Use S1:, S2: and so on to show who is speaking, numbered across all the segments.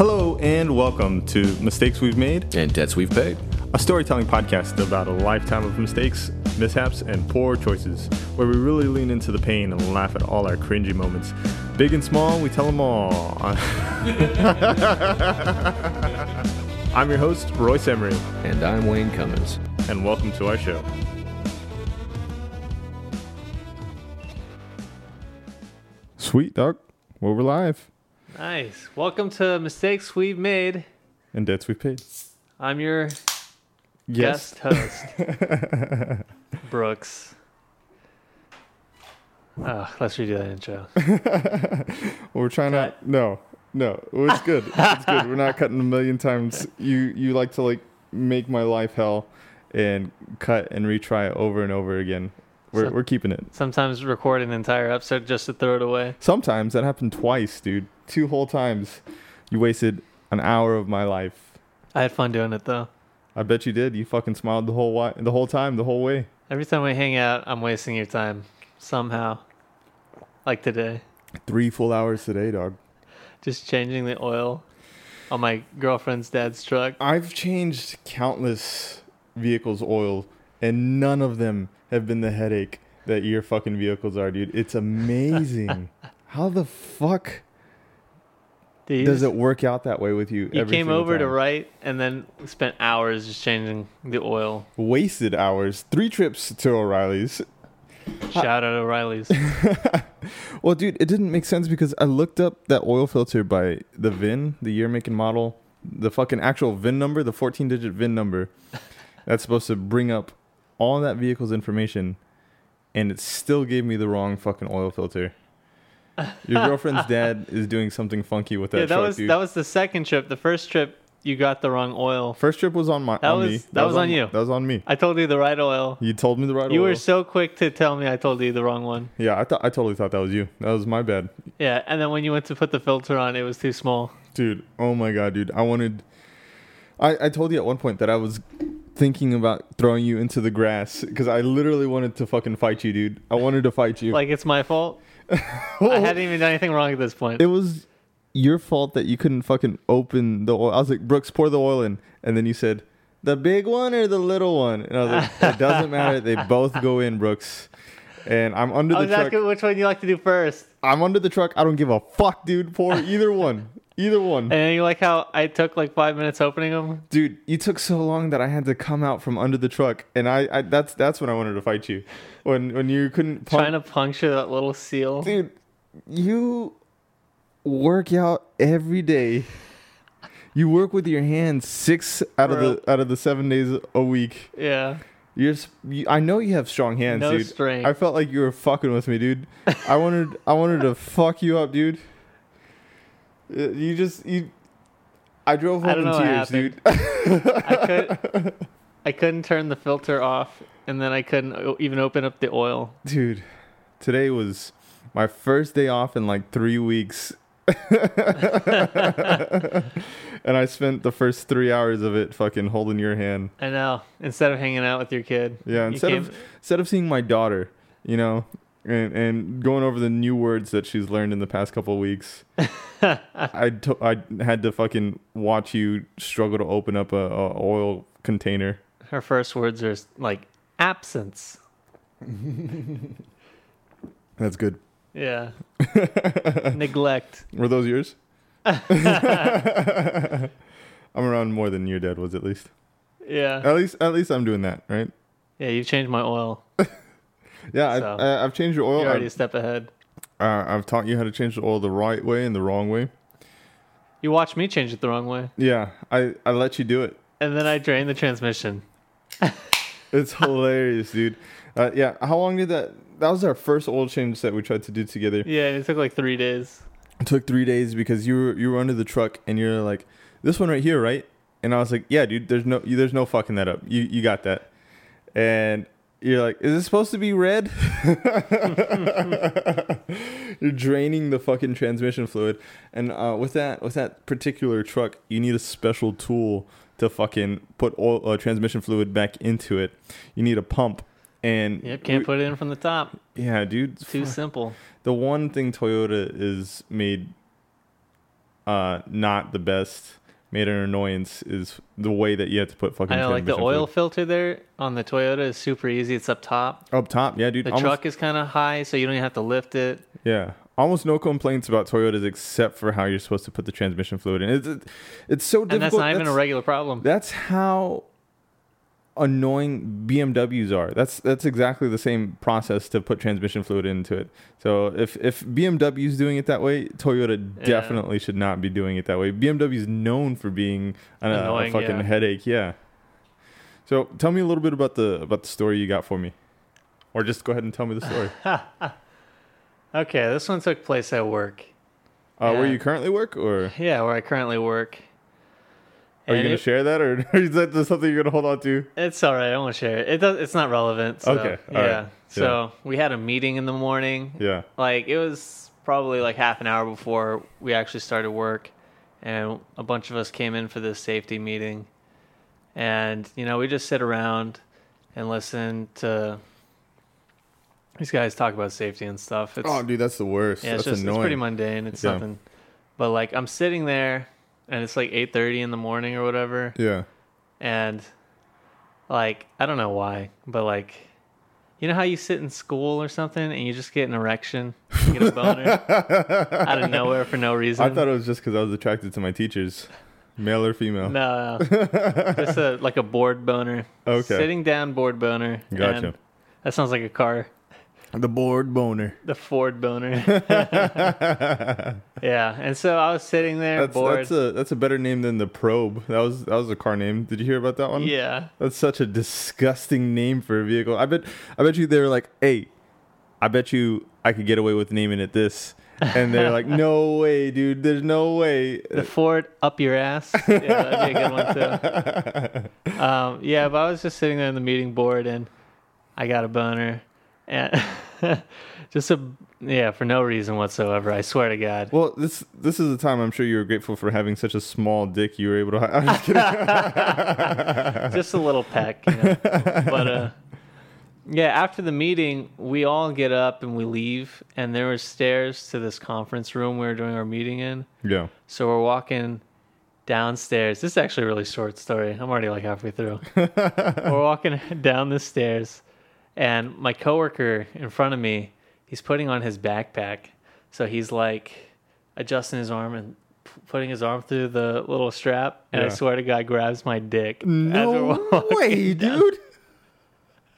S1: and welcome to Mistakes We've Made,
S2: and debts we've paid.
S1: a storytelling podcast about a lifetime of mistakes, mishaps, and poor choices, where we really lean into the pain and laugh at all our cringy moments. Big and small, we tell them all. I'm your host, Royce Emery,
S2: And I'm Wayne Cummins.
S1: and welcome to our show. Sweet, dog. Well, we're live,
S3: Nice. Welcome to Mistakes We've Made.
S1: and debts we've paid.
S3: I'm your guest host, Brooks. Oh, let's redo that intro.
S1: Well, we're trying to no, no. It's good. It's good. We're not cutting a million times. You you like to like make my life hell and cut and retry it over and over again. We're
S3: So-
S1: we're keeping it.
S3: Sometimes record an entire episode just to throw it away.
S1: Sometimes that happened twice, dude. Two whole times. You wasted an hour of my life.
S3: I had fun doing it though.
S1: I bet you did. You fucking smiled the whole wi- the whole time, the whole way.
S3: Every time we hang out, I'm wasting your time somehow. Like today,
S1: Three full hours today, dog.
S3: just changing the oil on my girlfriend's dad's truck.
S1: I've changed countless vehicles oil, and none of them have been the headache that your fucking vehicles are, dude. It's amazing. How the fuck
S3: Dude, you
S1: does
S3: just-
S1: it work out that way with you?
S3: You
S1: every
S3: came
S1: single
S3: over to
S1: time?
S3: write and then spent hours just changing the oil.
S1: wasted hours, three trips to O'Reilly's.
S3: Shout out O'Reilly's.
S1: Well, dude, it didn't make sense because I looked up that oil filter by the VIN, the year, make, and model, the fucking actual VIN number, the 14 digit VIN number that's supposed to bring up all that vehicle's information, and it still gave me the wrong fucking oil filter. Your girlfriend's dad is doing something funky with that
S3: yeah, that
S1: truck,
S3: was
S1: dude.
S3: that was the second trip. The first trip you got the wrong oil.
S1: First trip was on my
S3: That
S1: on
S3: was-
S1: me.
S3: that was on you.
S1: That was on me.
S3: I told you the right oil.
S1: You told me the right
S3: You
S1: oil.
S3: were so quick to tell me I told you the wrong one.
S1: yeah, I thought I totally thought that was you. That was my bad.
S3: Yeah, and then when you went to put the filter on, it was too small.
S1: dude oh my god dude i wanted i i told you at one point that i was thinking about throwing you into the grass because i literally wanted to fucking fight you dude i wanted to fight you
S3: Like it's my fault. I hadn't even done anything wrong at this point.
S1: it was your fault that you couldn't fucking open the oil i was like brooks pour the oil in and then you said the big one or the little one and i was like it doesn't matter they both go in brooks and i'm under
S3: I
S1: the
S3: was
S1: truck
S3: asking which one you like to do first,
S1: i'm under the truck i don't give a fuck dude pour either one either one
S3: and then you like how I took like five minutes opening them.
S1: dude you took so long that i had to come out from under the truck and i, I that's that's when i wanted to fight you when when you couldn't pump,
S3: Trying to puncture that little seal.
S1: dude you work out every day you work with your hands six out of
S3: Bro.
S1: the out of the seven days a week
S3: Yeah.
S1: you're s- you, i know you have strong hands
S3: No
S1: dude
S3: strength.
S1: i felt like you were fucking with me dude i wanted i wanted to fuck you up dude Uh, you just you i drove
S3: I
S1: home
S3: don't
S1: in
S3: know what
S1: tears dude
S3: happened. I could I couldn't turn the filter off, and then I couldn't o- even open up the oil.
S1: Dude, today was my first day off in like three weeks. and I spent the first three hours of it fucking holding your hand.
S3: I know. Instead of hanging out with your kid.
S1: Yeah,
S3: you
S1: instead of
S3: came-
S1: instead of seeing my daughter, you know, and, and going over the new words that she's learned in the past couple of weeks, I to- I had to fucking watch you struggle to open up a, a oil container.
S3: her first words are like absence.
S1: That's good.
S3: Yeah. Neglect.
S1: Were those yours? I'm around more than your dad was at least.
S3: Yeah.
S1: At least at least I'm doing that, right?
S3: Yeah, you've changed my oil.
S1: Yeah, I,
S3: So-
S1: I, I've changed your oil.
S3: You're already a
S1: I've,
S3: step ahead.
S1: uh, I've taught you how to change the oil the right way and the wrong way.
S3: You watched me change it the wrong way.
S1: Yeah, I, I let you do it.
S3: And then I drained the transmission.
S1: It's hilarious, dude. Uh, yeah, how long did that? That was our first oil change that we tried to do together.
S3: Yeah, and it took like three days.
S1: It took three days because you were you were under the truck and you're like, this one right here, right? And I was like, yeah, dude. There's no you, there's no fucking that up. You you got that. And you're like, is this supposed to be red? you're draining the fucking transmission fluid. And uh, with that with that particular truck, you need a special tool to fucking put oil, uh, transmission fluid back into it. You need a pump. And
S3: Yep, can't
S1: we-
S3: put it in from the top.
S1: yeah, dude.
S3: Too simple.
S1: The one thing Toyota is made uh, not the best made an annoyance is the way that you have to put fucking.
S3: I know, like the
S1: transmission
S3: oil
S1: fluid.
S3: filter there on the Toyota is super easy. It's up top.
S1: up top. Yeah, dude.
S3: The
S1: almost,
S3: truck is kind of high, so you don't even have to lift it.
S1: Yeah, almost no complaints about Toyotas except for how you're supposed to put the transmission fluid in. It's it's so difficult.
S3: And that's not even a regular problem.
S1: That's how annoying BMWs are. That's that's exactly the same process to put transmission fluid into it. So if if BMW's doing it that way, Toyota
S3: Yeah.
S1: definitely should not be doing it that way. BMW's known for being a, a
S3: Annoying,
S1: fucking
S3: yeah.
S1: headache. Yeah. So tell me a little bit about the about the story you got for me, or just go ahead and tell me the story. uh,
S3: Okay, this one took place at work.
S1: Uh, Where
S3: Yeah.
S1: you currently work, or
S3: Yeah, where I currently work.
S1: are you going
S3: And
S1: to
S3: it-
S1: share that, or is that just something you're going to hold on to?
S3: It's all right. I won't share it. It does. It's not relevant. So,
S1: Okay, all right,
S3: yeah.
S1: yeah.
S3: So we had a meeting in the morning.
S1: Yeah.
S3: Like it was probably like half an hour before we actually started work, and a bunch of us came in for this safety meeting, and you know we just sit around and listen to these guys talk about safety and stuff. It's,
S1: Oh, dude, that's the worst.
S3: yeah, it's
S1: that's
S3: just
S1: annoying.
S3: it's pretty mundane. It's
S1: Yeah.
S3: nothing. But like I'm sitting there, and it's like 8:30 in the morning or whatever
S1: yeah.
S3: and like I don't know why, but like you know how you sit in school or something and you just get an erection, you get a boner out of nowhere for no reason.
S1: I thought it was just because I was attracted to my teachers, male or female.
S3: no, no. just a like a board boner.
S1: Okay.
S3: sitting down board boner. and
S1: Gotcha.
S3: That sounds like a car.
S1: The bored boner.
S3: The Ford boner. yeah, and so I was sitting there
S1: That's,
S3: bored.
S1: that's a that's a better name than the probe. That was that was a car name. Did you hear about that one?
S3: yeah,
S1: That's such a disgusting name for a vehicle. I bet I bet you they were like, hey, I bet you I could get away with naming it this. And they're like, no way, dude. There's no way.
S3: the Ford up your ass. Yeah, that'd be a good one too. Um, yeah, but I was just sitting there in the meeting board and I got a boner, and just a yeah for no reason whatsoever. I swear to God.
S1: Well, this this is a time I'm sure you were grateful for having such a small dick. You were able to. I'm just kidding.
S3: just a little peck. You know? but uh, yeah, after the meeting, we all get up and we leave, and there were stairs to this conference room we were doing our meeting in.
S1: yeah.
S3: So we're walking downstairs. This is actually a really short story. I'm already like halfway through. we're walking down the stairs, and my coworker in front of me, he's putting on his backpack. So he's like adjusting his arm and p- putting his arm through the little strap. And I
S1: Yeah.
S3: swear to God, grabs my dick.
S1: No way, dude.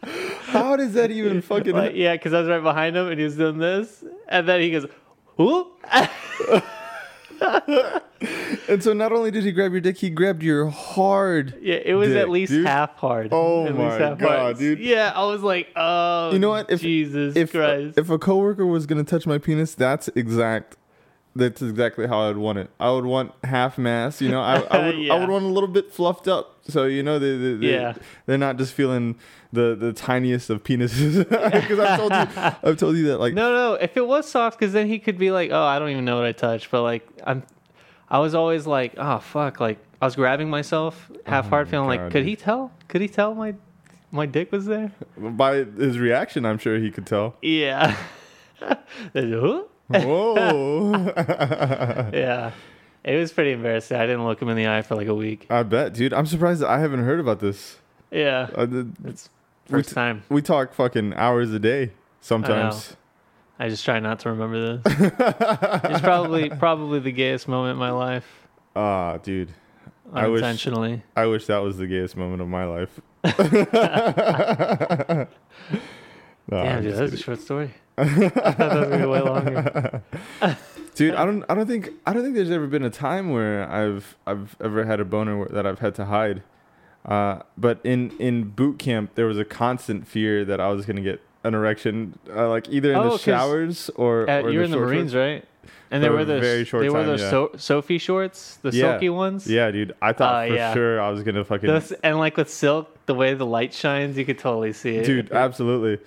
S1: How does that even fucking?
S3: Like, yeah, because I was right behind him and he was doing this. And then he goes, Whoop.
S1: And so not only did he grab your dick, he grabbed your hard.
S3: Yeah, it was
S1: dick,
S3: at least
S1: dude.
S3: half hard.
S1: Oh
S3: at
S1: my God, dude.
S3: Yeah, I was like, oh,
S1: You know what? If-
S3: Jesus
S1: If
S3: Christ.
S1: if a coworker was gonna touch my penis, that's exact. That's exactly how I'd want it. I would want half mass. You know, I, I would
S3: Yeah.
S1: I would want a little bit fluffed up. So you know they, they, they
S3: Yeah.
S1: they're not just feeling the the tiniest of penises. Because I've told you I've told you that like
S3: no, no, if it was soft, because then he could be like, oh, I don't even know what I touched, but like, I'm, I was always like, oh fuck, like I was grabbing myself half hard, feeling like,
S1: Oh God,
S3: could
S1: dude.
S3: he tell? Could he tell my, my dick was there?
S1: by his reaction, I'm sure he could tell.
S3: Yeah. Then, "Huh?"
S1: Whoa.
S3: yeah. It was pretty embarrassing. I didn't look him in the eye for like a week.
S1: I bet, dude. I'm surprised that I haven't heard about this.
S3: Yeah.
S1: I did-
S3: It's
S1: Uh, we
S3: first time.
S1: we talk fucking hours a day sometimes.
S3: I just try not to remember this. it's probably probably the gayest moment in my life,
S1: Ah, dude. I wish-
S3: unintentionally.
S1: I wish that was the gayest moment of my life. No, I'm
S3: Damn, dude,
S1: just
S3: that's
S1: kidding.
S3: a short story. I thought that was gonna be way longer.
S1: dude, I don't, I don't think, I don't think there's ever been a time where I've, I've ever had a boner where- that I've had to hide. Uh, but in, in boot camp, there was a constant fear that I was gonna get an erection, uh, like either in
S3: Oh,
S1: the
S3: 'cause
S1: showers or,
S3: Uh,
S1: or
S3: you were in the
S1: short
S3: Marines,
S1: shorts.
S3: right? And they
S1: For a
S3: were those
S1: very short
S3: they were
S1: time,
S3: those
S1: yeah.
S3: so- Sophie shorts, the
S1: Yeah.
S3: silky ones.
S1: Yeah, dude, I thought
S3: Oh,
S1: for
S3: yeah.
S1: sure I was gonna fucking
S3: Those, and like with silk, the way the light shines, you could totally see it.
S1: dude absolutely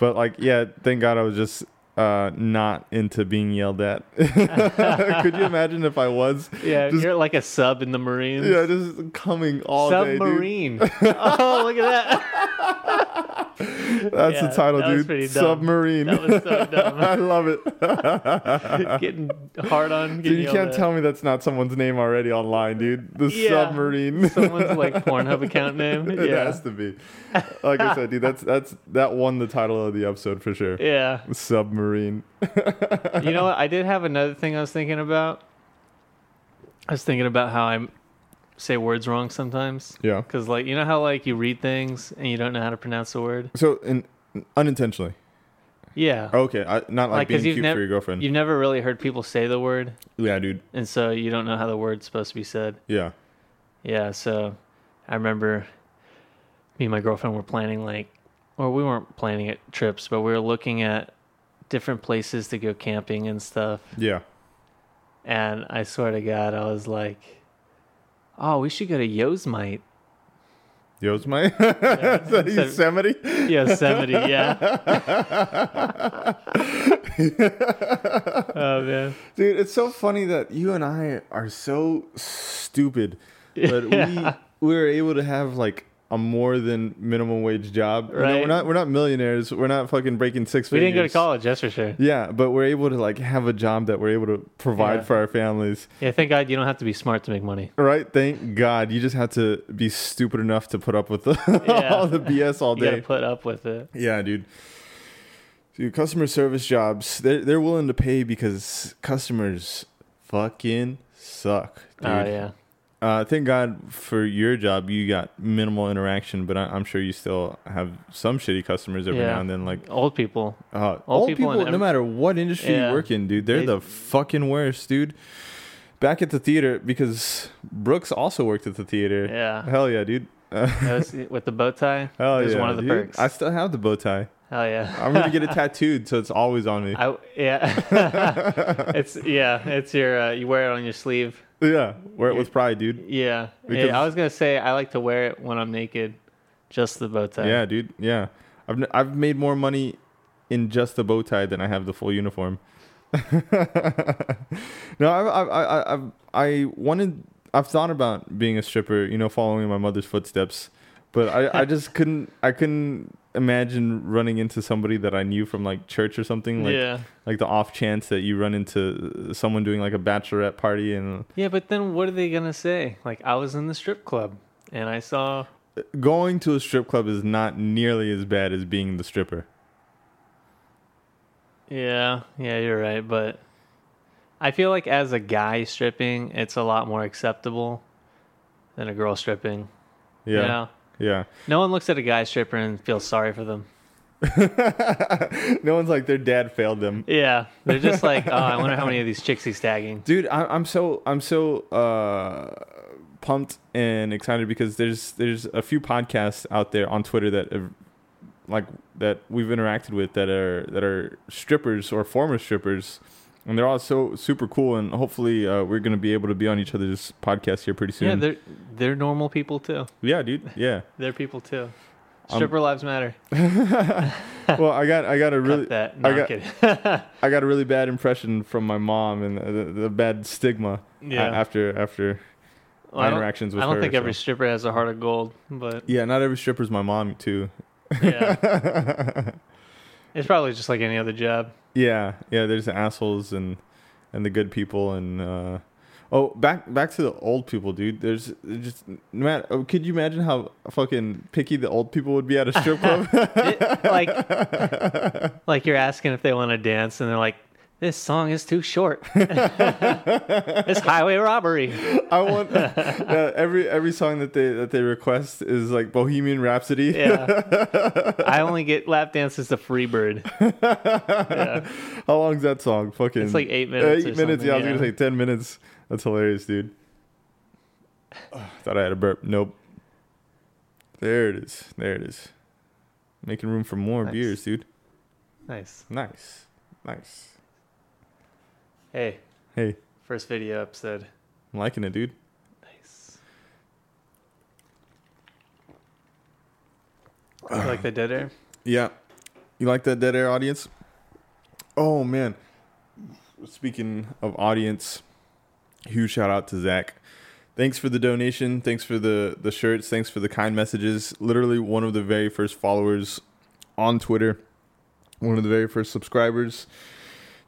S1: but like yeah thank god i was just uh not into being yelled at could you imagine if i was
S3: yeah,
S1: just,
S3: you're like a sub in the Marines.
S1: yeah just coming all day dude.
S3: Submarine. oh, look at that.
S1: That's
S3: Yeah,
S1: the title,
S3: that was pretty
S1: dude.
S3: dumb.
S1: Submarine.
S3: That was so
S1: I
S3: dumb.
S1: love it.
S3: getting hard on.
S1: Dude,
S3: Getting
S1: you
S3: yelled
S1: can't
S3: at.
S1: tell me that's not someone's name already online, dude. The
S3: Yeah.
S1: submarine.
S3: Someone's like Pornhub account name.
S1: it
S3: Yeah.
S1: has to be. Like I said, dude, that's that's that won the title of the episode for sure.
S3: Yeah.
S1: Submarine.
S3: you know what? I did have another thing I was thinking about. I was thinking about how I say words wrong sometimes.
S1: Yeah.
S3: Because, like, you know how, like, you read things and you don't know how to pronounce the word?
S1: So in, unintentionally.
S3: Yeah.
S1: Okay, I, not like,
S3: Oh. Like, 'cause
S1: being Oh,
S3: you've
S1: cute
S3: nev-
S1: for your girlfriend.
S3: You've never really heard people say the word,
S1: yeah, dude.
S3: and so you don't know how the word's supposed to be said.
S1: Yeah.
S3: Yeah, so I remember me and my girlfriend were planning like or we weren't planning it trips, but we were looking at different places to go camping and stuff.
S1: Yeah.
S3: And I swear to God, I was like, Oh, we should go to Yosemite.
S1: Yosemite? Is that
S3: So-
S1: Yosemite?
S3: Yosemite, yeah. oh man.
S1: Dude, it's so funny that you and I are so stupid, but we we're able to have like a more than minimum wage job. You know, we're
S3: Right.
S1: not we're not millionaires. We're not fucking breaking six
S3: We
S1: figures.
S3: didn't go to college, that's for sure.
S1: Yeah, but we're able to like have a job that we're able to provide
S3: Yeah.
S1: for our families.
S3: Yeah, thank God you don't have to be smart to make money.
S1: Right? Thank God. You just have to be stupid enough to put up with the,
S3: Yeah.
S1: all the BS all
S3: You gotta
S1: day.
S3: put up with it.
S1: Yeah, dude. Dude, customer service jobs, they're, they're willing to pay because customers fucking suck, dude.
S3: Oh yeah.
S1: Uh, thank God for your job, you got minimal interaction, but I, I'm sure you still have some shitty customers every
S3: Yeah.
S1: now and then. Like,
S3: Old people.
S1: uh,
S3: All
S1: old
S3: people
S1: people,
S3: in
S1: no
S3: every-
S1: matter what industry
S3: Yeah.
S1: you work in, dude, they're
S3: They-
S1: the fucking worst, dude. Back at the theater, because Brooks also worked at the theater.
S3: Yeah.
S1: Hell yeah, dude. Uh,
S3: That was- with the bow tie.
S1: hell
S3: it was
S1: yeah.
S3: one of the
S1: dude.
S3: perks.
S1: I still have the bow tie.
S3: Hell yeah.
S1: I'm gonna get it tattooed, so it's always on me.
S3: I, yeah. it's yeah. It's your uh, you wear it on your sleeve.
S1: yeah, wear it with pride, dude.
S3: Yeah.
S1: Because-
S3: yeah. I was gonna say I like to wear it when I'm naked, just the bow tie.
S1: Yeah, dude. Yeah, I've n- I've made more money in just the bow tie than I have the full uniform. no, I I I I I've- I wanted I've thought about being a stripper, you know, following in my mother's footsteps, but I I just couldn't I couldn't imagine running into somebody that I knew from like church or something like
S3: yeah.
S1: like the off chance that you run into someone doing like a bachelorette party and
S3: Yeah. But then what are they gonna say? Like I was in the strip club and I saw.
S1: going to a strip club is not nearly as bad as being the stripper.
S3: Yeah. Yeah. You're right. But I feel like as a guy stripping, it's a lot more acceptable than a girl stripping.
S1: Yeah.
S3: You know?
S1: Yeah.
S3: No one looks at a guy stripper and feels sorry for them.
S1: no one's like their dad failed them.
S3: Yeah, they're just like, oh, I wonder how many of these chicks he's tagging.
S1: Dude, I, I'm so I'm so uh, pumped and excited because there's there's a few podcasts out there on Twitter that have, like that we've interacted with that are that are strippers or former strippers, and they're all so super cool. And hopefully, uh, we're gonna be able to be on each other's podcast here pretty
S3: Yeah,
S1: soon.
S3: they're they're normal people too.
S1: yeah dude. Yeah.
S3: They're people too.
S1: Um,
S3: Stripper lives matter.
S1: well, I got I got a really
S3: Cut that. No,
S1: I
S3: I'm
S1: got-
S3: kidding.
S1: I got a really bad impression from my mom and the, the, the bad stigma
S3: Yeah.
S1: a- after after
S3: Well,
S1: my
S3: I don't,
S1: interactions with
S3: I don't
S1: her.
S3: think every
S1: so-
S3: stripper has a heart of gold, but
S1: yeah, not every stripper's my mom too.
S3: yeah, it's probably just like any other job.
S1: yeah, yeah. There's the assholes and and the good people and uh, oh, back back to the old people, dude. There's just no matter. oh, Could you imagine how fucking picky the old people would be at a strip club?
S3: It- like, like you're asking if they want to dance, and they're like, "This song is too short. it's highway robbery."
S1: I want uh, every every song that they that they request is like Bohemian Rhapsody.
S3: Yeah, I only get lap dances to Freebird. Yeah.
S1: How long's that song? Fucking.
S3: It's like eight minutes
S1: Eight
S3: or
S1: Uh, minutes. Yeah, I was
S3: something,
S1: gonna say ten minutes. That's hilarious, dude. Ugh, thought I had a burp. Nope. There it is. There it is. Making room for more
S3: Nice.
S1: beers, dude.
S3: Nice.
S1: Nice. Nice.
S3: Hey,
S1: Hey,
S3: first video episode.
S1: I'm liking it, dude.
S3: Nice. You
S1: Uh,
S3: like the dead air?
S1: Yeah. You like that dead air audience? Oh man. Speaking of audience, huge shout out to Zach. Thanks for the donation. Thanks for the the shirts. Thanks for the kind messages. Literally one of the very first followers on Twitter, one of the very first subscribers.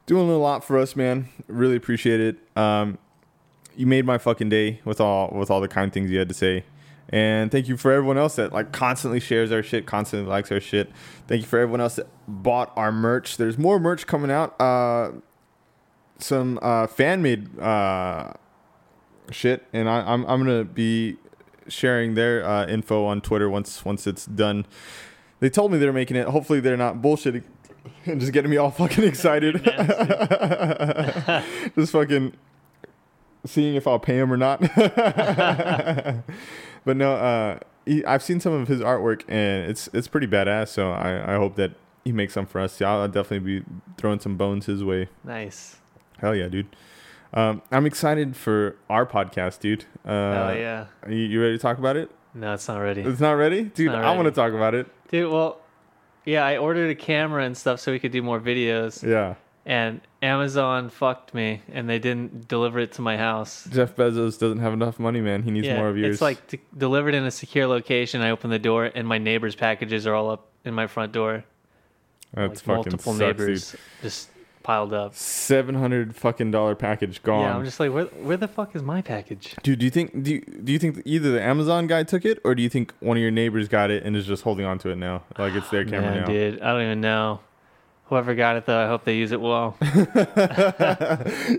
S1: Doing a lot for us, man. Really appreciate it. Um, you made my fucking day with all with all the kind things you had to say. And thank you for everyone else that like constantly shares our shit, constantly likes our shit. Thank you for everyone else that bought our merch. There's more merch coming out. Uh, some uh, fan made uh, shit, and I, I'm I'm gonna be sharing their uh, info on Twitter once once it's done. They told me they're making it. Hopefully, they're not bullshitting and just getting me all fucking excited. just fucking seeing if I'll pay him or not. but no, uh, he, I've seen some of his artwork and it's it's pretty badass. So I, I hope that he makes some for us. Yeah, I'll, I'll definitely be throwing some bones his way.
S3: Nice.
S1: Hell yeah, dude. Um, I'm excited for our podcast, dude. Uh,
S3: Hell yeah.
S1: You, you ready to talk about it?
S3: No, it's not ready.
S1: It's not ready, dude.
S3: not
S1: I want to
S3: ready.
S1: talk about it.
S3: Dude, well, yeah, I ordered a camera and stuff so we could do more videos.
S1: Yeah,
S3: And Amazon fucked me and they didn't deliver it to my house.
S1: Jeff Bezos doesn't have enough money, man. He needs more of yours.
S3: It's like d- delivered in a secure location. I open the door and my neighbor's packages are all up in my front door.
S1: that's fucking
S3: like multiple
S1: sucks, dude.
S3: neighbors just piled up.
S1: Seven hundred fucking dollar package gone.
S3: Yeah, I'm just like, where, where the fuck is my package?
S1: Dude, do you think do you, do you think that either the Amazon guy took it or do you think one of your neighbors got it and is just holding on to it now? Like it's their camera
S3: Man,
S1: now.
S3: dude, I don't even know. Whoever got it though, I hope they use it well.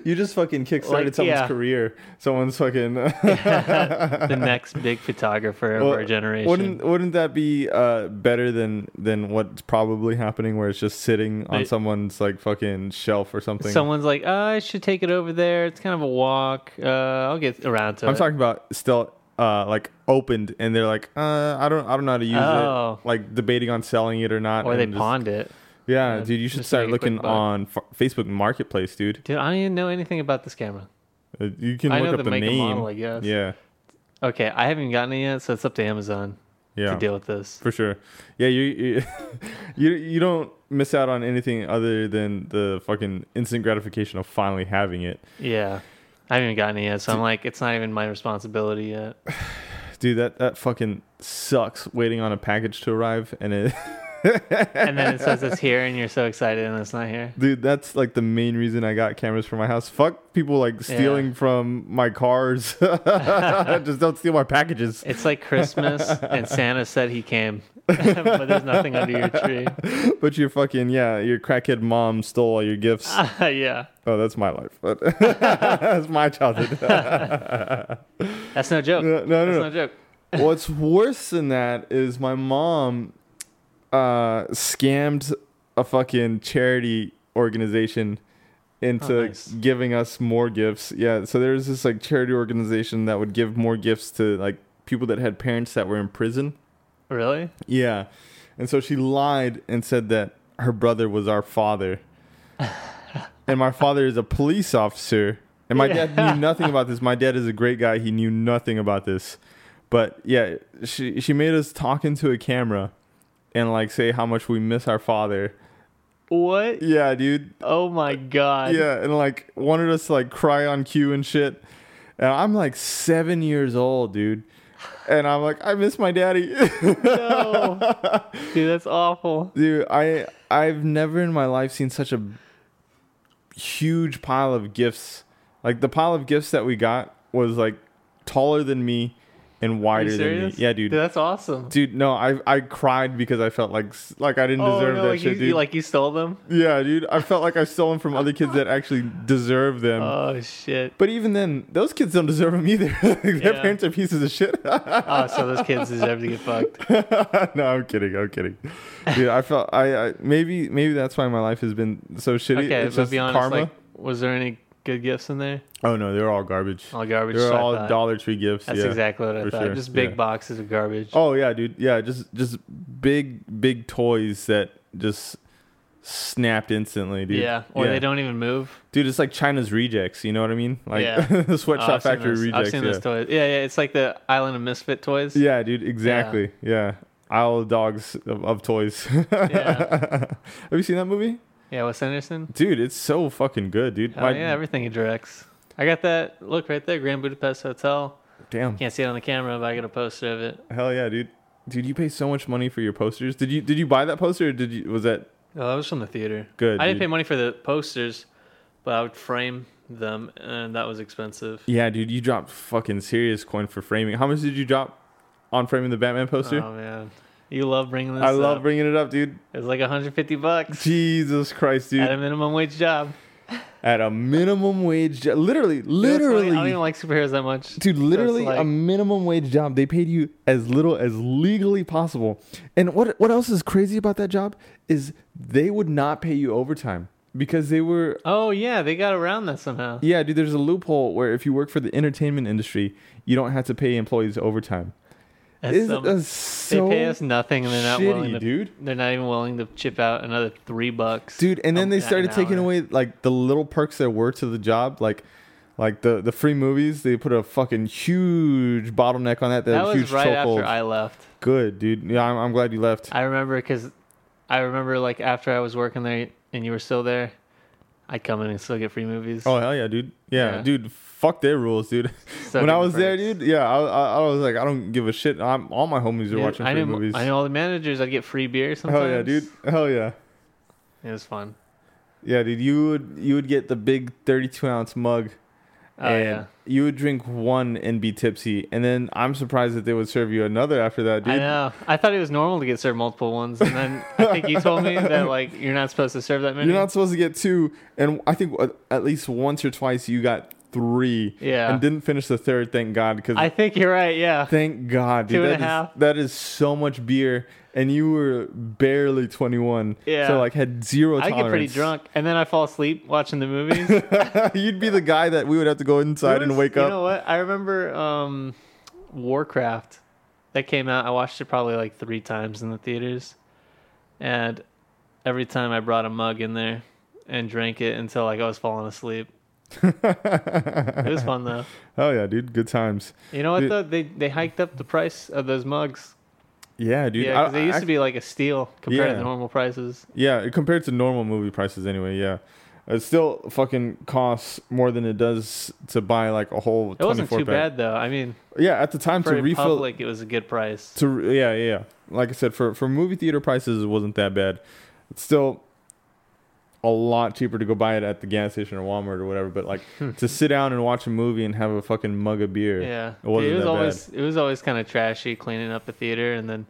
S1: You just fucking kickstarted
S3: Like,
S1: someone's
S3: yeah.
S1: career. Someone's fucking
S3: the next big photographer of our generation.
S1: Wouldn't wouldn't that be uh, better than than what's probably happening where it's just sitting on
S3: They-
S1: someone's like fucking shelf or something?
S3: Someone's like, oh, I should take it over there. It's kind of a walk. Uh, I'll get around to it.
S1: I'm talking about still uh, like opened and they're like, uh, I don't I don't know how to use
S3: Oh.
S1: it. Like debating on selling it or not.
S3: Or they
S1: and just-
S3: pawned it.
S1: Yeah,
S3: Yeah,
S1: dude, you should
S3: just
S1: start
S3: make a quick
S1: looking
S3: buck.
S1: on Fa- Facebook Marketplace, dude.
S3: Dude, I don't even know anything about this camera.
S1: Uh, You can
S3: I
S1: look
S3: know
S1: up
S3: the
S1: the
S3: make and
S1: name.
S3: model, I guess.
S1: Yeah,
S3: Okay, I haven't even gotten it yet, so it's up to Amazon
S1: yeah,
S3: to deal with this.
S1: for sure. Yeah, you you, you you don't miss out on anything other than the fucking instant gratification of finally having it,
S3: Yeah. I haven't even gotten it yet, so I'm like, it's not even my responsibility yet.
S1: dude. That that fucking sucks. Waiting on a package to arrive and it.
S3: And then it says it's here, and you're so excited, and it's not here.
S1: Dude, that's like the main reason I got cameras for my house. Fuck people like stealing from my cars. Just don't steal my packages.
S3: It's like Christmas, and Santa said he came, but there's nothing under your tree.
S1: But your fucking yeah, your crackhead mom stole all your gifts.
S3: Ah. yeah.
S1: Oh, that's my life. But that's my childhood.
S3: That's no joke.
S1: No, no,
S3: That's
S1: no.
S3: no joke.
S1: What's worse than that is my mom uh, scammed a fucking charity organization into
S3: Oh, nice.
S1: giving us more gifts. Yeah, so there's this like charity organization that would give more gifts to like people that had parents that were in prison.
S3: Really?
S1: Yeah. And so she lied and said that her brother was our father. and my father is a police officer. And my dad knew nothing about this. My dad is a great guy. He knew nothing about this. But yeah, she she made us talk into a camera and like say how much we miss our father.
S3: What?
S1: Yeah, dude.
S3: Oh my god.
S1: Yeah, and like wanted us to like cry on cue and shit. And I'm like 7 years old, dude. And I'm like, I miss my daddy.
S3: No. Dude, that's awful.
S1: dude i i've never in my life seen such a huge pile of gifts like the pile of gifts that we got was like taller than me and
S3: Are
S1: wider
S3: you
S1: than me
S3: serious?
S1: yeah dude
S3: that's awesome.
S1: dude no i i cried because i felt like s- like i didn't
S3: oh,
S1: deserve
S3: no,
S1: that
S3: like,
S1: shit
S3: you,
S1: dude Mm.
S3: you- like you stole them?
S1: yeah dude i felt like i stole them from other kids that actually deserve them
S3: Oh shit.
S1: but even then those kids don't deserve them either their
S3: Yeah.
S1: parents are pieces of shit
S3: Oh, so those kids deserve to get fucked.
S1: no, I'm kidding. I'm kidding. Dude, I felt I, I maybe maybe that's why my life has been so shitty.
S3: Okay,
S1: it's
S3: but
S1: just
S3: be honest,
S1: karma.
S3: like, was there any good gifts in there?
S1: oh no, they're all garbage.
S3: All garbage.
S1: they're
S3: so I
S1: all
S3: thought.
S1: Dollar Tree gifts.
S3: That's
S1: yeah.
S3: exactly what I
S1: for
S3: thought.
S1: sure,
S3: Just big
S1: yeah.
S3: boxes of garbage.
S1: Oh yeah, dude. Yeah, just just big big toys that just snapped instantly, dude.
S3: yeah. Or they don't even move.
S1: Dude, it's like China's rejects. You know what I mean? Like
S3: Yeah.
S1: the
S3: Oh,
S1: sweatshop
S3: I've seen
S1: factory
S3: those-
S1: rejects.
S3: I've seen
S1: yeah.
S3: those toys. Yeah, yeah. It's like the Island of Misfit toys.
S1: yeah, dude. Exactly. Yeah. Isle of dogs of, of toys.
S3: Yeah.
S1: Have you seen that movie?
S3: Yeah, Wes Anderson.
S1: Dude, it's so fucking good, dude.
S3: Oh
S1: My-
S3: yeah, everything he directs. I got that look right there, Grand Budapest Hotel.
S1: Damn.
S3: Can't see it on the camera, but I got a poster of it.
S1: Hell yeah, dude. dude, you pay so much money for your posters. Did you did you buy that poster? Or did you was that
S3: Oh, that was from the theater.
S1: Good,
S3: I didn't
S1: dude.
S3: pay money for the posters, but I would frame them, and that was expensive.
S1: yeah, dude? You dropped fucking serious coin for framing. How much did you drop on framing the Batman poster?
S3: Oh man, you love bringing this.
S1: I love
S3: Up.
S1: bringing it up, dude.
S3: it's like 150 bucks
S1: Jesus Christ, dude!
S3: at a minimum wage job.
S1: At a minimum wage, jo- literally,
S3: You know what's funny?
S1: literally,
S3: I don't even like superheroes that much.
S1: dude literally
S3: like-
S1: a minimum wage job they paid you as little as legally possible and what what else is crazy about that job is they would not pay you overtime because they were
S3: Oh yeah, they got around that somehow.
S1: yeah dude there's a loophole where if you work for the entertainment industry you don't have to pay employees overtime
S3: That's
S1: is
S3: some- they
S1: so
S3: pay us nothing, and they're not willing
S1: shitty,
S3: to.
S1: dude.
S3: They're not even willing to chip out another three bucks.
S1: dude and then
S3: Um,
S1: they
S3: an
S1: started taking
S3: hour.
S1: away like the little perks there were to the job like like the the free movies they put a fucking huge bottleneck on that that,
S3: That
S1: huge
S3: was right
S1: chokehold
S3: after I left.
S1: good dude yeah I'm, I'm glad you left
S3: I remember because I remember like after I was working there and you were still there, I'd come in and still get free movies.
S1: Oh hell yeah, dude! Yeah,
S3: Yeah.
S1: dude. Fuck their rules, dude.
S3: Suck
S1: when I
S3: it,
S1: was there,
S3: Franks.
S1: dude, yeah, I, I, I was like, I don't give a shit. I'm, all my homies are
S3: Dude,
S1: watching
S3: I
S1: free
S3: knew,
S1: movies.
S3: I knew all the managers. I'd get free beer sometimes.
S1: Hell yeah, dude. Hell yeah,
S3: It was fun.
S1: yeah, dude. You would you would get the big 32 ounce mug,
S3: Oh
S1: and
S3: yeah.
S1: you would drink one and be tipsy, and then I'm surprised that they would serve you another after that, dude.
S3: I know. I thought it was normal to get served multiple ones, and then I think you told me that like you're not supposed to serve that many.
S1: You're not supposed to get two, and I think at- at least once or twice you got three,
S3: Yeah.
S1: and didn't finish the third. Thank God, because
S3: I think you're right. Yeah.
S1: Thank God, dude.
S3: Two and
S1: That
S3: a
S1: is-
S3: half.
S1: that is so much beer, and you were barely 21.
S3: Yeah.
S1: So like had zero
S3: I
S1: tolerance.
S3: get pretty drunk, and then I fall asleep watching the movies.
S1: You'd be the guy that we would have to go inside
S3: There
S1: and
S3: was-
S1: wake
S3: you
S1: up.
S3: know what? I remember um, Warcraft that came out. I watched it probably like three times in the theaters, and every time I brought a mug in there and drank it until like I was falling asleep. it was fun though.
S1: Hell yeah, dude. Good times.
S3: You know what
S1: Dude.
S3: though? They they hiked up the price of those mugs.
S1: Yeah, dude.
S3: Yeah,
S1: I-
S3: 'cause they used
S1: I-
S3: to be like a steal compared
S1: Yeah.
S3: to the normal prices.
S1: Yeah, compared to normal movie prices, anyway. Yeah. It still fucking costs more than it does to buy like a whole.
S3: It wasn't
S1: 24
S3: too
S1: pack.
S3: bad though. I mean,
S1: Yeah, at the time
S3: for
S1: to refill.
S3: public, it was a good price.
S1: to re- yeah yeah yeah. like i said for for movie theater prices it wasn't that bad it's still a lot cheaper to go buy it at the gas station or walmart or whatever but like to sit down and watch a movie and have a fucking mug of beer
S3: Hmm. Yeah,
S1: it wasn't
S3: Dude, it was
S1: that
S3: always it was always kind of trashy cleaning up the theater, and then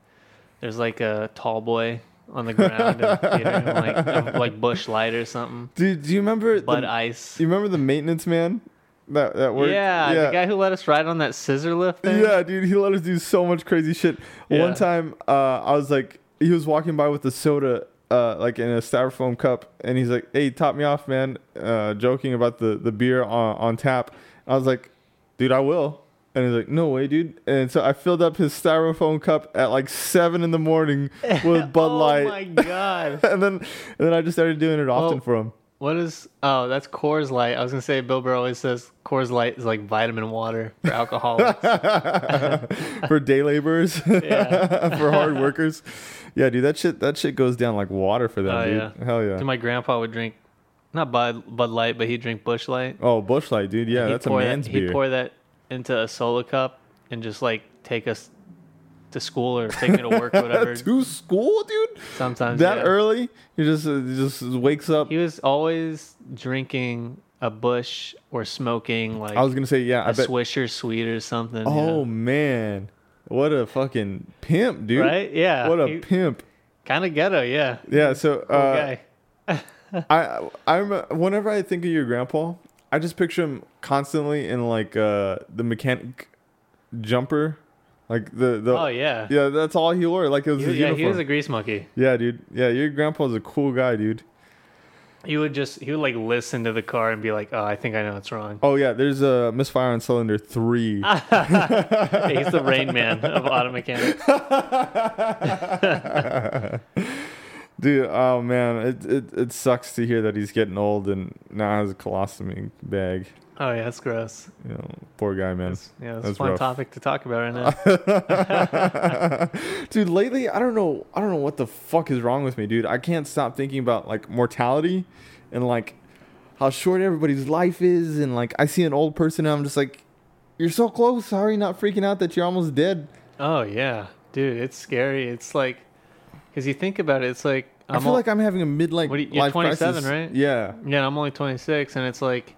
S3: there's like a tall boy on the ground in the theater, and like like bush light or something,
S1: dude do you remember
S3: Bud
S1: the,
S3: Ice.
S1: do you remember the maintenance man that that worked
S3: yeah, the guy who let us ride on that scissor lift thing.
S1: Yeah, dude, he let us do so much crazy shit.
S3: Yeah.
S1: One time, uh, I was like, he was walking by with a soda, uh, like in a styrofoam cup, and he's like, "Hey, top me off, man," uh, joking about the the beer on, on tap. I was like, "Dude, I will." And he's like, "No way, dude!" And so I filled up his styrofoam cup at like seven in the morning with Bud
S3: oh
S1: Light,
S3: my god!
S1: and then and then I just started doing it often
S3: Well,
S1: for him.
S3: What is? Oh, that's Coors Light. I was gonna say Bill Burr always says Coors Light is like vitamin water for alcoholics.
S1: for day laborers,
S3: Yeah.
S1: for hard workers. Yeah, dude, that shit that shit goes down like water for them,
S3: Oh,
S1: dude.
S3: yeah.
S1: Hell yeah.
S3: Dude, my grandpa would drink, not Bud Bud Light, but he'd drink Bush Light.
S1: oh, Bushlight, dude. Yeah,
S3: He'd
S1: that's a
S3: pour that-
S1: man's
S3: He'd
S1: beer.
S3: pour that into a soda cup and just like take us to school or take me to work, whatever.
S1: to school, dude.
S3: Sometimes
S1: That
S3: yeah.
S1: early, he just uh, he just wakes up.
S3: He was always drinking a bush or smoking like
S1: I was gonna say, yeah,
S3: a
S1: I bet.
S3: Swisher sweet or something. you
S1: Oh
S3: know?
S1: man, what a fucking pimp, dude.
S3: right? Yeah.
S1: What a pimp.
S3: kind of ghetto. Yeah.
S1: Yeah. So
S3: Cool
S1: uh,
S3: guy.
S1: I I'm whenever I think of your grandpa, I just picture him constantly in like uh the mechanic jumper, like the the
S3: Oh yeah.
S1: uh, Yeah, that's all he wore. Like it was
S3: He,
S1: his
S3: yeah, he
S1: uniform.
S3: was a grease monkey.
S1: yeah, dude. Yeah, your grandpa's a cool guy, dude.
S3: He would just he would like listen to the car and be like, "Oh, I think I know what's wrong."
S1: Oh yeah, there's a misfire on cylinder three.
S3: Ah. Yeah, he's the rain man of auto mechanics.
S1: dude, oh man, it, it it sucks to hear that he's getting old and now has a colostomy bag.
S3: Oh yeah, that's gross.
S1: You know, poor guy, man.
S3: Yeah, that's, a
S1: That's
S3: fun
S1: rough.
S3: topic to talk about right now.
S1: dude, lately I don't know, I don't know what the fuck is wrong with me, dude. I can't stop thinking about like mortality and like how short everybody's life is and like I see an old person and I'm just like you're so close. How are you not freaking out that you're almost dead?
S3: Oh yeah, dude, it's scary. It's like, because you think about it, it's like
S1: i feel
S3: al-
S1: like I'm having a midlife
S3: What do you- you're
S1: life
S3: 27,
S1: crisis.
S3: right?
S1: Yeah.
S3: yeah, I'm only 26, and it's like,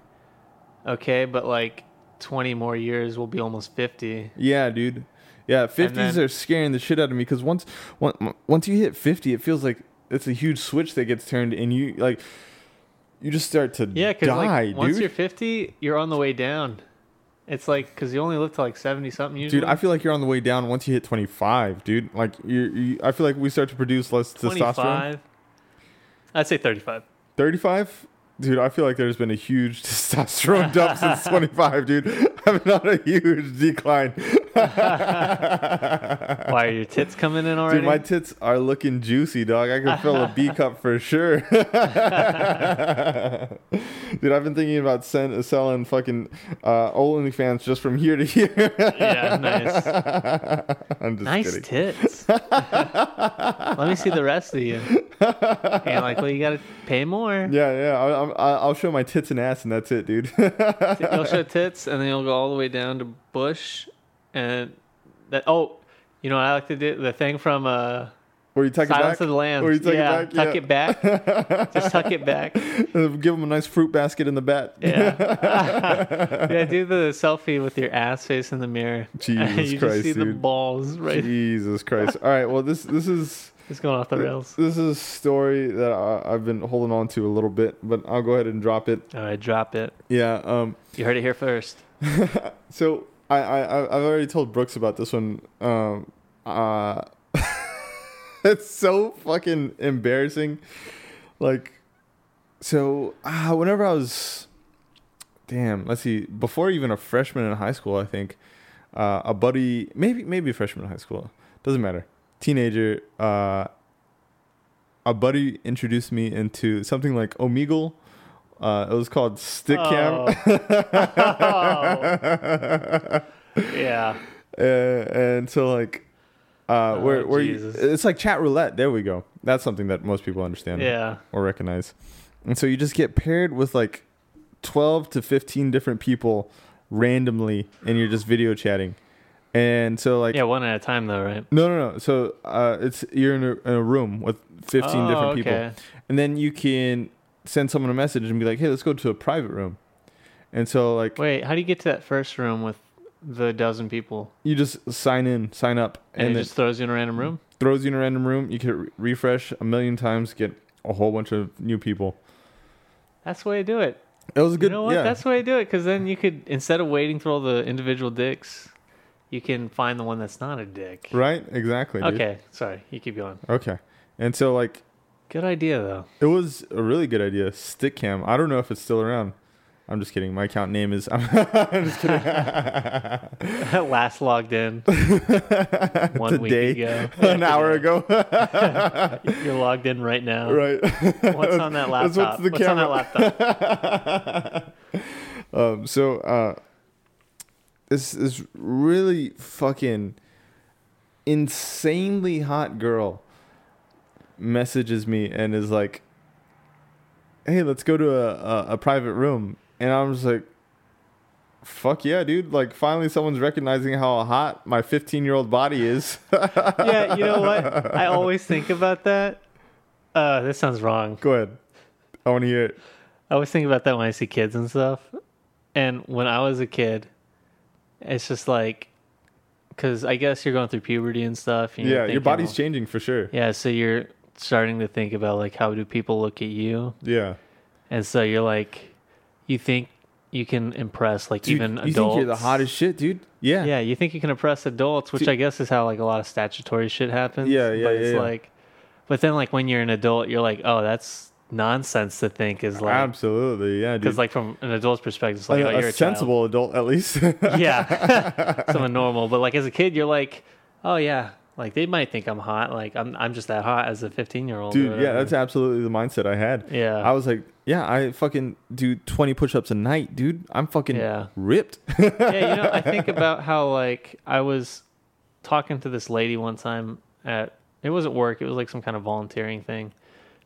S3: okay, but like 20 more years will be almost 50.
S1: Yeah, dude. Yeah, 50s
S3: then-
S1: are scaring the shit out of me because once, on- once you hit 50, it feels like it's a huge switch that gets turned, and you like, you just start to
S3: Yeah, because
S1: die,
S3: like once
S1: dude.
S3: you're 50, you're on the way down. It's like because you only live to like 70 something usually.
S1: Dude, I feel like you're on the way down once you hit 25, dude. Like you, you I feel like we start to produce less testosterone.
S3: 25. I'd say 35.
S1: 35, dude. I feel like there's been a huge testosterone dump since 25, dude. I've not a huge decline.
S3: Why are your tits coming in already?
S1: Dude, my tits are looking juicy, dog. I can fill a B cup for sure. Dude, I've been thinking about sen- selling fucking uh, OnlyFans just from here to here.
S3: yeah, nice,
S1: I'm just
S3: nice
S1: kidding.
S3: tits. Let me see the rest of you. And like, well, you gotta pay more.
S1: yeah, yeah. I, I'm- I, I'll show my tits and ass, and that's it, dude.
S3: You'll show tits, and then you'll go all the way down to bush, and that. Oh, you know what I like to do? The thing from uh,
S1: Where you tuck
S3: Silence
S1: it back?
S3: of the Lambs.
S1: Where you tuck
S3: yeah,
S1: it back?
S3: tuck
S1: yeah.
S3: it back. Just tuck it back.
S1: Give them a nice fruit basket in the bat.
S3: Yeah. yeah, do the selfie with your ass face in the mirror.
S1: Jesus
S3: you
S1: Christ,
S3: just see the
S1: dude.
S3: balls right.
S1: Jesus Christ. All right. Well, this this is
S3: It's going off the rails.
S1: this is a story that I, I've been holding on to a little bit, but I'll go ahead and drop it.
S3: All right, drop it.
S1: Yeah. Um.
S3: You heard it here first.
S1: So I I I- I've already told Brooks about this one. Um. Uh. it's so fucking embarrassing. Like, so uh, whenever I was, damn, let's see, before even a freshman in high school, I think, uh, a buddy, maybe maybe a freshman in high school, doesn't matter, teenager, uh, a buddy introduced me into something like Omegle. Uh, it was called Stick Cam.
S3: Oh. Yeah.
S1: Uh, and so like uh
S3: Oh,
S1: where where you,
S3: Jesus.
S1: it's like chat roulette there we go that's something that most people understand
S3: Yeah.
S1: or recognize and so you just get paired with like 12 to 15 different people randomly and you're just video chatting and so like
S3: Yeah, one at a time though, right?
S1: no no no so uh it's you're in a, in a room with 15
S3: Oh,
S1: different people
S3: okay.
S1: and then you can send someone a message and be like hey let's go to a private room and so like
S3: Wait, how do you get to that first room with the dozen people?
S1: you just sign in sign up
S3: And, it
S1: then-
S3: just throws you in a random room?
S1: throws you in a random room. You can re- refresh a million times, get a whole bunch of new people.
S3: That's the way to do it.
S1: It was a good.
S3: you know what?
S1: Yeah,
S3: That's the way to do it because then you could, instead of waiting for all the individual dicks, you can find the one that's not a dick.
S1: right. Exactly. dude.
S3: Okay, sorry. You keep going.
S1: Okay. And so like
S3: Good idea though.
S1: it was a really good idea. Stick cam. I don't know if it's still around. I'm just kidding. My account name is. I'm just kidding.
S3: Last logged in one week
S1: Today,
S3: ago.
S1: an hour ago.
S3: You're logged in right now.
S1: right.
S3: What's on that
S1: That's what's
S3: laptop?
S1: the
S3: What's on that laptop?
S1: Um, so uh, this is really fucking insanely hot girl messages me and is like, "Hey, let's go to a, a, a private room," and I'm just like. Fuck yeah, dude. Like, finally, someone's recognizing how hot my 15 year old body is.
S3: yeah, you know what? I always think about that. Uh, this sounds wrong.
S1: go ahead. I want to hear it.
S3: I always think about that when I see kids and stuff. And when I was a kid, it's just like, because I guess you're going through puberty and stuff. and you're
S1: Yeah, your
S3: thinking,
S1: body's
S3: well-
S1: changing for sure.
S3: Yeah, so you're starting to think about like how do people look at you,
S1: Yeah.
S3: and so you're like, you think you can impress like
S1: Dude,
S3: even
S1: you
S3: adults.
S1: think you're the hottest shit, dude? Yeah.
S3: Yeah, you think you can oppress adults, which
S1: Dude.
S3: I guess is how like a lot of statutory shit happens.
S1: Yeah, yeah,
S3: But it's
S1: yeah, yeah.
S3: like, but then like when you're an adult, you're like, oh, that's nonsense to think is like
S1: Absolutely, yeah, dude.
S3: because like from an adult's perspective, it's like
S1: a,
S3: oh,
S1: a
S3: you're a
S1: sensible adult at least.
S3: Child. Yeah, someone normal, but like as a kid, you're like, oh yeah, like they might think I'm hot. Like I'm I'm just that hot as a 15 year old.
S1: dude, yeah, that's absolutely the mindset I had.
S3: Yeah.
S1: I was like, yeah, I fucking do 20 push-ups a night, dude. I'm fucking
S3: Yeah.
S1: ripped.
S3: yeah, you know, I think about how like I was talking to this lady one time at it wasn't work, it was like some kind of volunteering thing.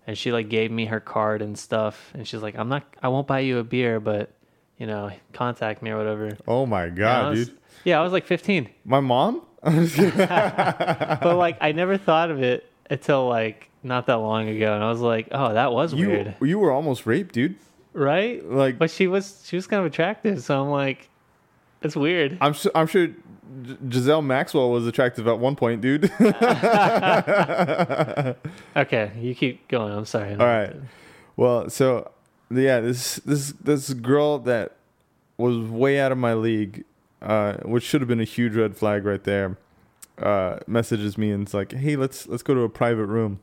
S3: And she like gave me her card and stuff and she's like, I'm not I won't buy you a beer, but you know, contact me or whatever.
S1: oh my
S3: And I
S1: god,
S3: was-
S1: dude.
S3: Yeah, I was like fifteen.
S1: My mom?
S3: but like I never thought of it until like not that long ago, and I was like, oh, that was
S1: You
S3: weird,
S1: you were almost raped, dude.
S3: right?
S1: Like
S3: But she was she was kind of attractive, so I'm like, it's weird.
S1: I'm su- I'm sure G- Giselle Maxwell was attractive at one point, dude.
S3: Okay, you keep going. I'm sorry.
S1: All right. Well, so yeah, this this this girl that was way out of my league, uh, which should have been a huge red flag right there, uh, messages me and it's like, "Hey, let's let's go to a private room."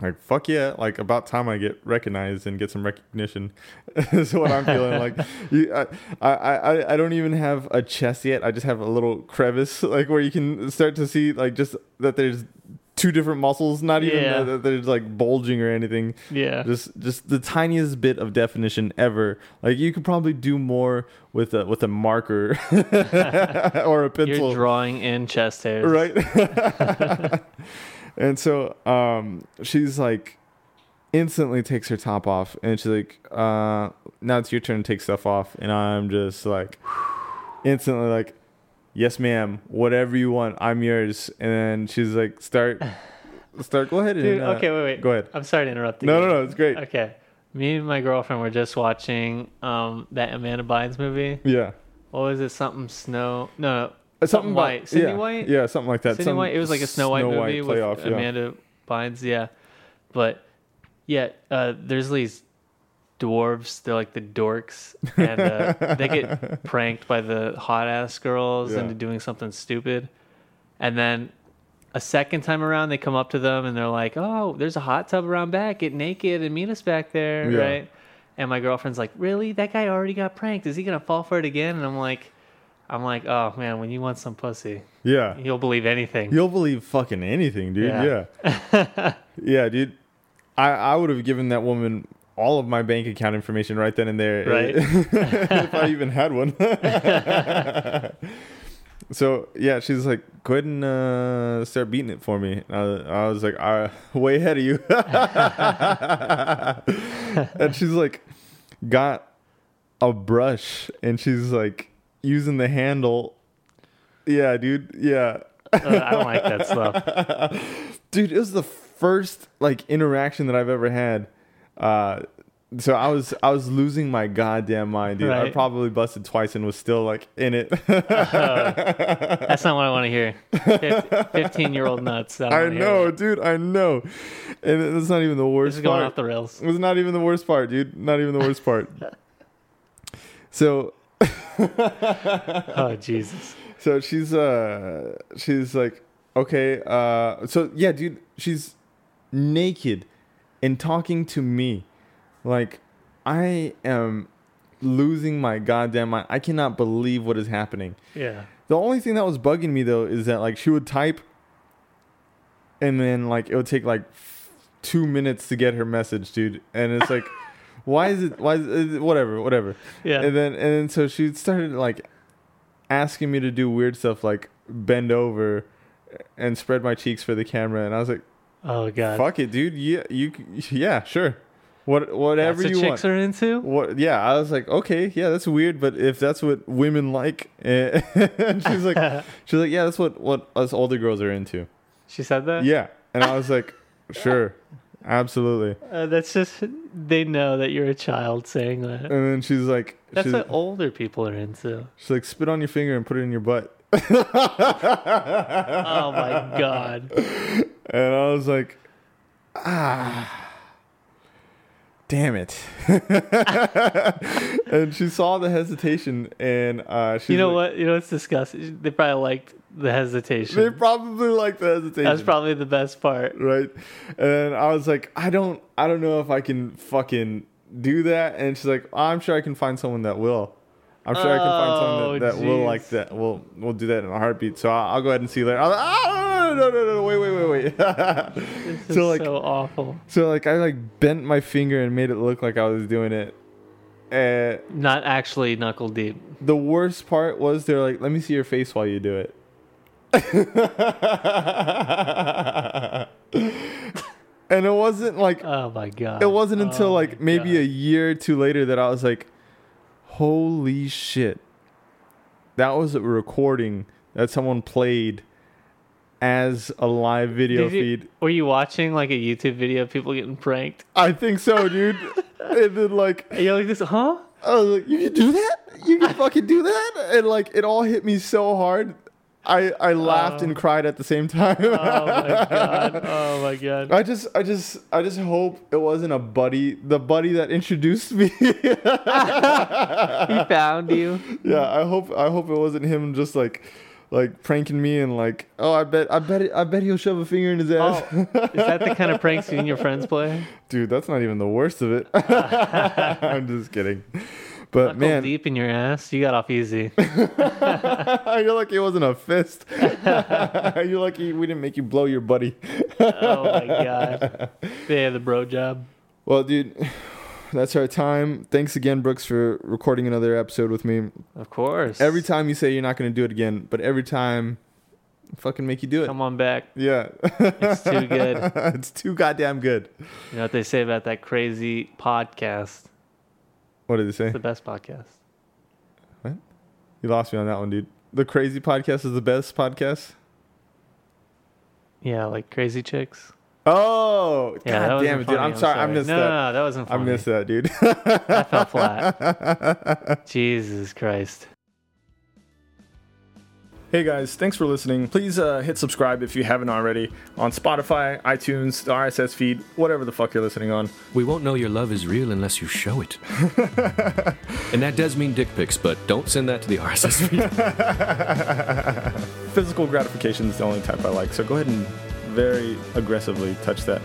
S1: Like fuck yeah! Like about time I get recognized and get some recognition. is what I'm feeling like. You, I, I, I, I don't even have a chest yet. I just have a little crevice, like where you can start to see, like just that there's two different muscles, not even
S3: Yeah.
S1: that- that there's like bulging or anything
S3: Yeah.
S1: just just the tiniest bit of definition ever like you could probably do more with a with a marker or a pencil
S3: You're drawing in chest hairs.
S1: right and so um she's like instantly takes her top off and she's like uh now it's your turn to take stuff off and i'm just like instantly like yes ma'am whatever you want i'm yours and then she's like start start go ahead and
S3: Dude,
S1: uh,
S3: okay, wait, wait.
S1: go ahead
S3: I'm sorry to interrupt you.
S1: no no no it's great
S3: Okay. Me and my girlfriend were just watching um, that Amanda Bynes movie.
S1: yeah
S3: What was it? Something Snow? No, no.
S1: Uh,
S3: Something
S1: about-
S3: White. Sydney
S1: yeah,
S3: White?
S1: Yeah, something like that.
S3: Snow
S1: Some
S3: White. It was like a Snow White movie with
S1: playoff, yeah.
S3: Amanda Bynes. Yeah, but yeah, uh, there's these dwarves. They're like the dorks, and uh, they get pranked by the hot ass girls
S1: Yeah.
S3: into doing something stupid, and then. A second time around, they come up to them and they're like, "Oh, there's a hot tub around back. Get naked and meet us back there,
S1: Yeah.
S3: right?" And my girlfriend's like, "Really? That guy already got pranked. Is he gonna fall for it again?" And I'm like, "I'm like, oh man, when you want some pussy,
S1: Yeah.
S3: you'll believe anything."
S1: You'll believe fucking anything, dude. Yeah.
S3: Yeah.
S1: Yeah, dude. I, I would have given that woman all of my bank account information right then and there.
S3: Right.
S1: if I even had one. so yeah, she's like, go ahead and uh, start beating it for me. And I, I was like, I way ahead of you. and she's like, got a brush, and she's like using the handle. Yeah, dude. Yeah.
S3: Uh, I don't like that stuff.
S1: dude it was the first like interaction that i've ever had uh so i was i was losing my goddamn mind dude i
S3: Right. Oh
S1: probably busted twice and was still like in it
S3: That's not what I want to hear. Fif- Fifteen-year-old nuts. don't
S1: i
S3: wanna hear
S1: know
S3: that.
S1: dude i know and that's not even the worst
S3: This is going
S1: part.
S3: off the rails.
S1: It was not even the worst part, dude. Not even the worst part. so
S3: Oh Jesus!
S1: so she's uh she's like okay uh so yeah dude she's naked and talking to me like i am losing my goddamn mind i cannot believe what is happening
S3: Yeah.
S1: the only thing that was bugging me though is that like she would type and then like it would take like f- two minutes to get her message dude and it's like why is it why is it, whatever whatever
S3: Yeah.
S1: and then and then so she started like asking me to do weird stuff like bend over and spread my cheeks for the camera and i was like
S3: oh God.
S1: fuck it dude yeah you c- yeah sure what
S3: That's
S1: whatever
S3: what
S1: you want
S3: chicks are into.
S1: what yeah i was like okay yeah that's weird but if that's what women like eh, and she's like she's like yeah that's what what us older girls are into
S3: She said that.
S1: yeah and i was like sure absolutely
S3: Uh, that's just they know that you're a child saying that.
S1: and then she's like Uh,
S3: That's
S1: she's,
S3: what older people are into.
S1: she's like spit on your finger and put it in your butt
S3: Oh my God.
S1: and i was like ah damn it and she saw the hesitation and uh she's
S3: You know
S1: like-
S3: what? You know what's disgusting? They probably liked the hesitation.
S1: they probably like the hesitation
S3: That's probably the best part.
S1: right? And I was like, I don't, I don't know if I can fucking do that. And she's like, I'm sure I can find someone that will. I'm sure I can find someone that,
S3: Oh,
S1: that will
S3: jeez.
S1: like that. Will will do that in a heartbeat. So I'll, I'll go ahead and see you later. I was like, oh, no, no, no, no, no, wait, wait, wait, wait.
S3: This is
S1: So, like-
S3: so awful.
S1: so like, I like bent my finger and made it look like I was doing it. And
S3: Not actually knuckle deep.
S1: the worst part was they're like, let me see your face while you do it. and it wasn't like
S3: Oh my god.
S1: it wasn't until
S3: Oh
S1: like
S3: my
S1: maybe
S3: God.
S1: a year or two later that I was like, holy shit. That was a recording that someone played as a live video
S3: Did you-
S1: feed.
S3: Were you watching like a YouTube video of people getting pranked?
S1: I think so, dude. and then like
S3: And you're like this, huh? Oh
S1: I was like, you can do that? You can fucking do that? And like it all hit me so hard. I I laughed and cried at the same time.
S3: Oh my god! Oh my god!
S1: I just I just I just hope it wasn't a buddy, the buddy that introduced me.
S3: He found you.
S1: yeah, I hope I hope it wasn't him just like like pranking me and like, oh, I bet I bet it, I bet he'll shove a finger in his ass.
S3: Oh, is that the kind of pranks you and your friends play?
S1: Dude, that's not even the worst of it. I'm just kidding. But
S3: Knuckle
S1: man,
S3: deep in your ass. You got off easy.
S1: You're lucky it wasn't a fist. You're lucky we didn't make you blow your buddy.
S3: Oh my god! Yeah, the bro job.
S1: Well, dude, that's our time. Thanks again, Brooks, for recording another episode with me.
S3: Of course.
S1: Every time you say you're not going to do it again, but every time, I fucking make you do it.
S3: Come on back.
S1: Yeah.
S3: It's too good.
S1: it's too goddamn good.
S3: You know what they say about that crazy podcast?
S1: What did it say?
S3: It's the best podcast.
S1: You lost me on that one, dude. The Crazy Podcast is the best podcast.
S3: Yeah, like crazy chicks.
S1: Oh,
S3: Yeah, that
S1: god
S3: wasn't
S1: damn it, dude.
S3: funny.
S1: I'm sorry. I missed
S3: no,
S1: that.
S3: No, no, that wasn't
S1: I
S3: funny.
S1: missed that, dude.
S3: That fell flat. Jesus Christ.
S1: Hey guys, thanks for listening. Please uh, hit subscribe if you haven't already on Spotify, iTunes, the RSS feed, whatever the fuck you're listening on.
S2: We won't know your love is real unless you show it. and that does mean dick pics, but don't send that to the RSS feed.
S1: Physical gratification is the only type I like, so go ahead and very aggressively touch that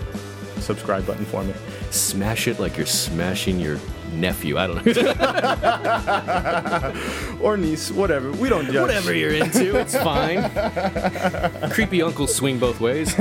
S1: subscribe button for me.
S2: Smash it like you're smashing your nephew. I don't know.
S1: Or niece, whatever. We don't judge.
S2: Whatever you're into, it's fine. Creepy uncles swing both ways.